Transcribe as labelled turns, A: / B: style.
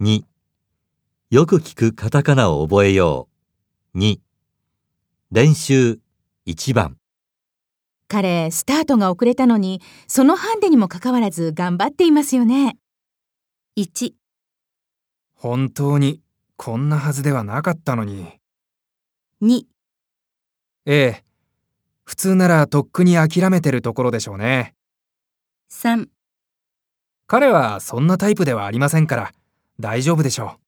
A: 2よく聞くカタカナを覚えよう。2練習1番
B: 彼、スタートが遅れたのに、そのハンデにもかかわらず頑張っていますよね。1、
C: 本当にこんなはずではなかったのに
B: 2、
C: ええ普通ならとっくに諦めてるところでしょうね
B: 3
C: 彼はそんなタイプではありませんから大丈夫でしょう